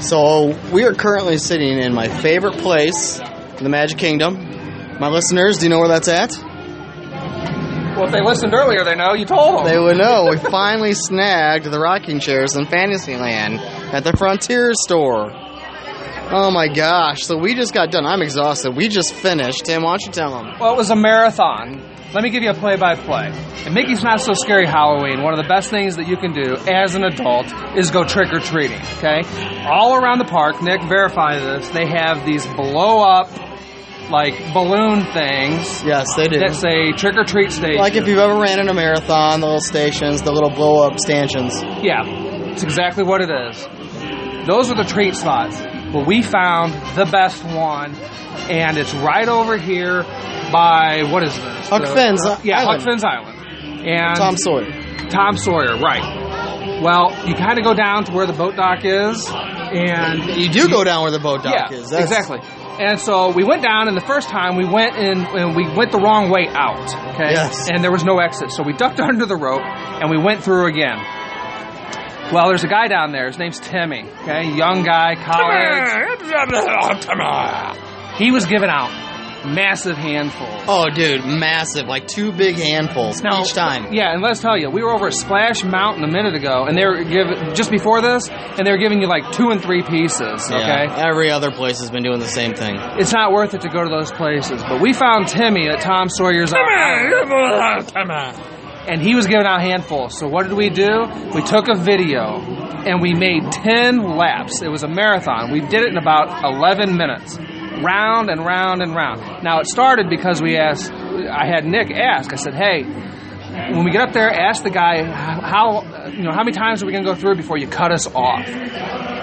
So we are currently sitting in my favorite place, the Magic Kingdom. My listeners, do you know where that's at? Well, if they listened earlier, they know you told them. They would know. We finally snagged the rocking chairs in Fantasyland at the Frontier store. Oh my gosh! So we just got done. I'm exhausted. We just finished. Tim, why don't you tell them? Well, it was a marathon. Let me give you a play-by-play. And Mickey's Not So Scary Halloween, one of the best things that you can do as an adult is go trick-or-treating, okay? All around the park, Nick, verify this, they have these blow-up, like, balloon things Yes, they do. that say trick-or-treat station. Like if you've ever ran in a marathon, the little stations, the little blow up stanchions. Yeah, it's exactly what it is. Those are the treat spots. But we found the best one, and it's right over here by what is this? Huck The- Finn's Yeah, Island. Huck Finn's Island. And Tom Sawyer. Tom Sawyer, right. Well, you kind of go down to where the boat dock is, and You do go down where the boat dock yeah, is. That's- exactly. And so we went down, and the first time we went in, and we went the wrong way out. Okay. Yes. And there was no exit, so we ducked under the rope, and we went through again. Well, there's a guy down there. His name's Timmy. Okay, young guy, college. He was giving out massive handfuls. Oh, dude, massive. Like two big handfuls Now- each time. Yeah, and let's tell you, we were over at Splash Mountain a minute ago, and they were giving just before this, and they were giving you like two and three pieces. Yeah, Okay, Every other place has been doing the same thing. it's not worth it to go to those places. But we found Timmy at Tom Sawyer's Island. And he was giving out handfuls. So what did we do? We took a video and we made 10 laps. It was a marathon. We did it in about 11 minutes. Round and round and round. Now it started because we asked I had Nick ask. I said, "Hey, when we get up there, ask the guy how you know how many times are we going to go through before you cut us off?"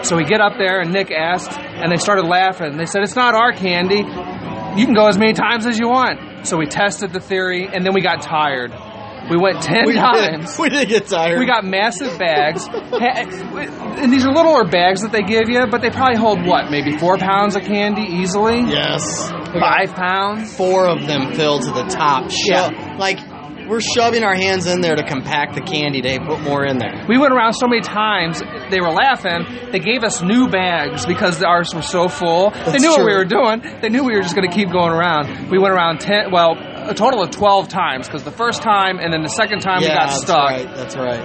So we get up there, and Nick asked, and they started laughing. They said, It's not our candy. You can go as many times as you want. So we tested the theory, and then we got tired. We went 10 we, did, times. we did get tired. We got massive bags. Ha- and these are littler bags that they give you, but they probably hold what? Maybe four pounds of candy easily? yes. We got Five pounds? four of them filled to the top. Sho- Yeah. Like we're shoving our hands in there to compact the candy to put more in there. We went around so many times, they were laughing. They gave us new bags because ours were so full. they That's knew what we true. were doing. They knew we were just going to keep going around. We went around 10, well, a total of 12 times because the first time and then the second time we yeah, got that's stuck. right. That's right.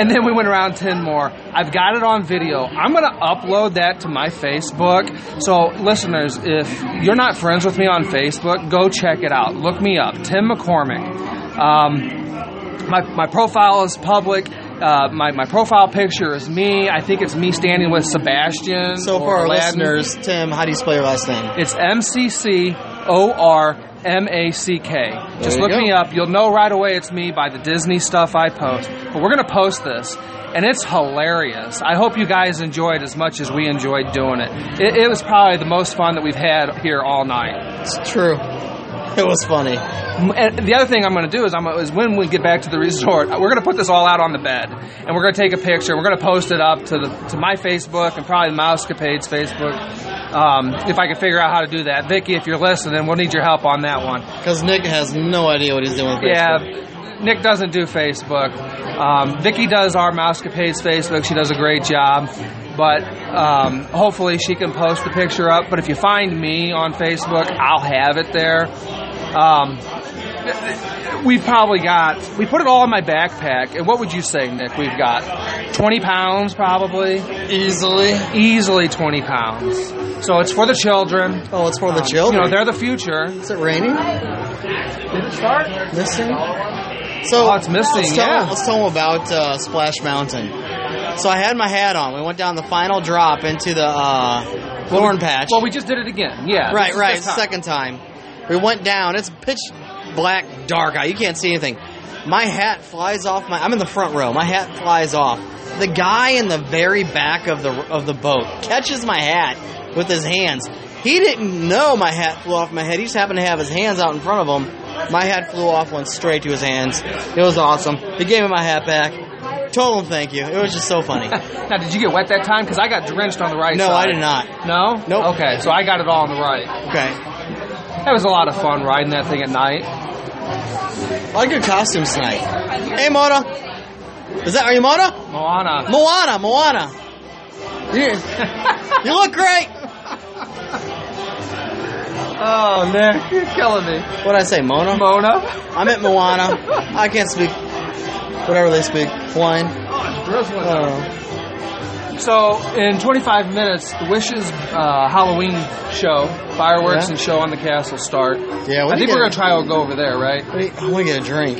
And then we went around 10 more. I've got it on video. I'm going to upload that to my Facebook. So, listeners, if you're not friends with me on Facebook, go check it out. Look me up, Tim McCormick. Um, my, my profile is public. Uh, my, my profile picture is me. I think it's me standing with Sebastian. So for or our Aladdin. listeners, Tim, how do you spell your last name? It's M C C O R M A C K. Just you look go. me up. You'll know right away it's me by the Disney stuff I post. But we're going to post this, and it's hilarious. I hope you guys enjoyed as much as we enjoyed doing it. It, it was probably the most fun that we've had here all night. It's true. It was funny. M- And the other thing I'm going to do is, I'm, gonna- is when we get back to the resort, uh, we're going to put this all out on the bed, and we're going to take a picture. We're going to post it up to the to my Facebook and probably Mousecapade's Facebook. Um, if I can figure out how to do that, Vicky, if you're listening, we'll need your help on that one. Because Nick has no idea what he's doing with Facebook. Yeah, Nick doesn't do Facebook. Um, Vicky does our Mousecapade's Facebook. She does a great job. But um, hopefully she can post the picture up. But if you find me on Facebook, I'll have it there. Um, we've probably got, we put it all in my backpack. And what would you say, Nick? We've got 20 pounds probably, Easily. easily 20 pounds. So it's for the children. Um, Oh, it's for the You children. know, they're the future. Is it raining? Did it start? Missing? So Oh, it's missing, Let's tell, yeah. let's tell them about uh, Splash Mountain. So I had my hat on. We went down the final drop into the uh, thorn patch. Well, we just did it again. Yeah. right, this is right. this time. Second time, we went down. It's pitch black, dark out. You can't see anything. My hat flies off. My I'm in the front row. My hat flies off. The guy in the very back of the of the boat catches my hat with his hands. He didn't know my hat flew off my head. He just happened to have his hands out in front of him. My hat flew off, went straight to his hands. It was awesome. He gave me my hat back. Told him thank you. It was just so funny. now, did you get wet that time? Because I got drenched on the right No, side. I did not. No? Nope. Okay, so I got it all on the right. Okay. That was a lot of fun riding that thing at night. I like your costumes tonight. Hey, Mona. Is that are you Mona? Moana. Moana, Moana. Yeah. You look great. oh, Nick, you're killing me. What did I say, Mona? Mona. I'm at Moana. I can't speak whatever they speak. Hawaiian. Oh, it's drizzling. Oh. So, in 25 minutes, the Wishes uh, Halloween show, fireworks Yeah. and show on the castle start. Yeah, when I you think get we're a- gonna try to go over there, right? I want to get a drink.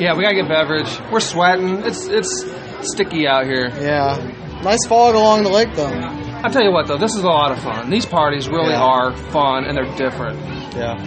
Yeah, we gotta get beverage. We're sweating. It's it's sticky out here. Yeah. Nice fog along the lake, though. Yeah. I'll tell you what though, this is a lot of fun. These parties really Yeah. are fun and they're different. Yep,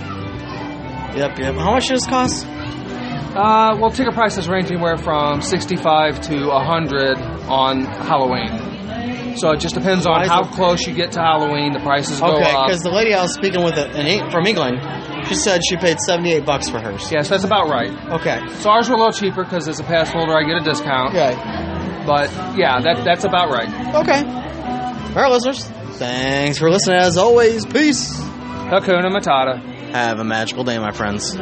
yep. How much does this cost? Uh, well, ticket prices range anywhere from 65 to 100 on Halloween. So it just depends on Why is how it- close you get to Halloween. The prices go Okay, up. because the lady I was speaking with in, Eng- from England, she said she paid 78 bucks for hers. Yes, that's about right. Okay. So ours were a little cheaper because as a pass holder, I get a discount. Okay. But yeah, that that's about right. Okay. All right, listeners. Thanks for listening. As always, peace. Hakuna Matata. Have a magical day, my friends.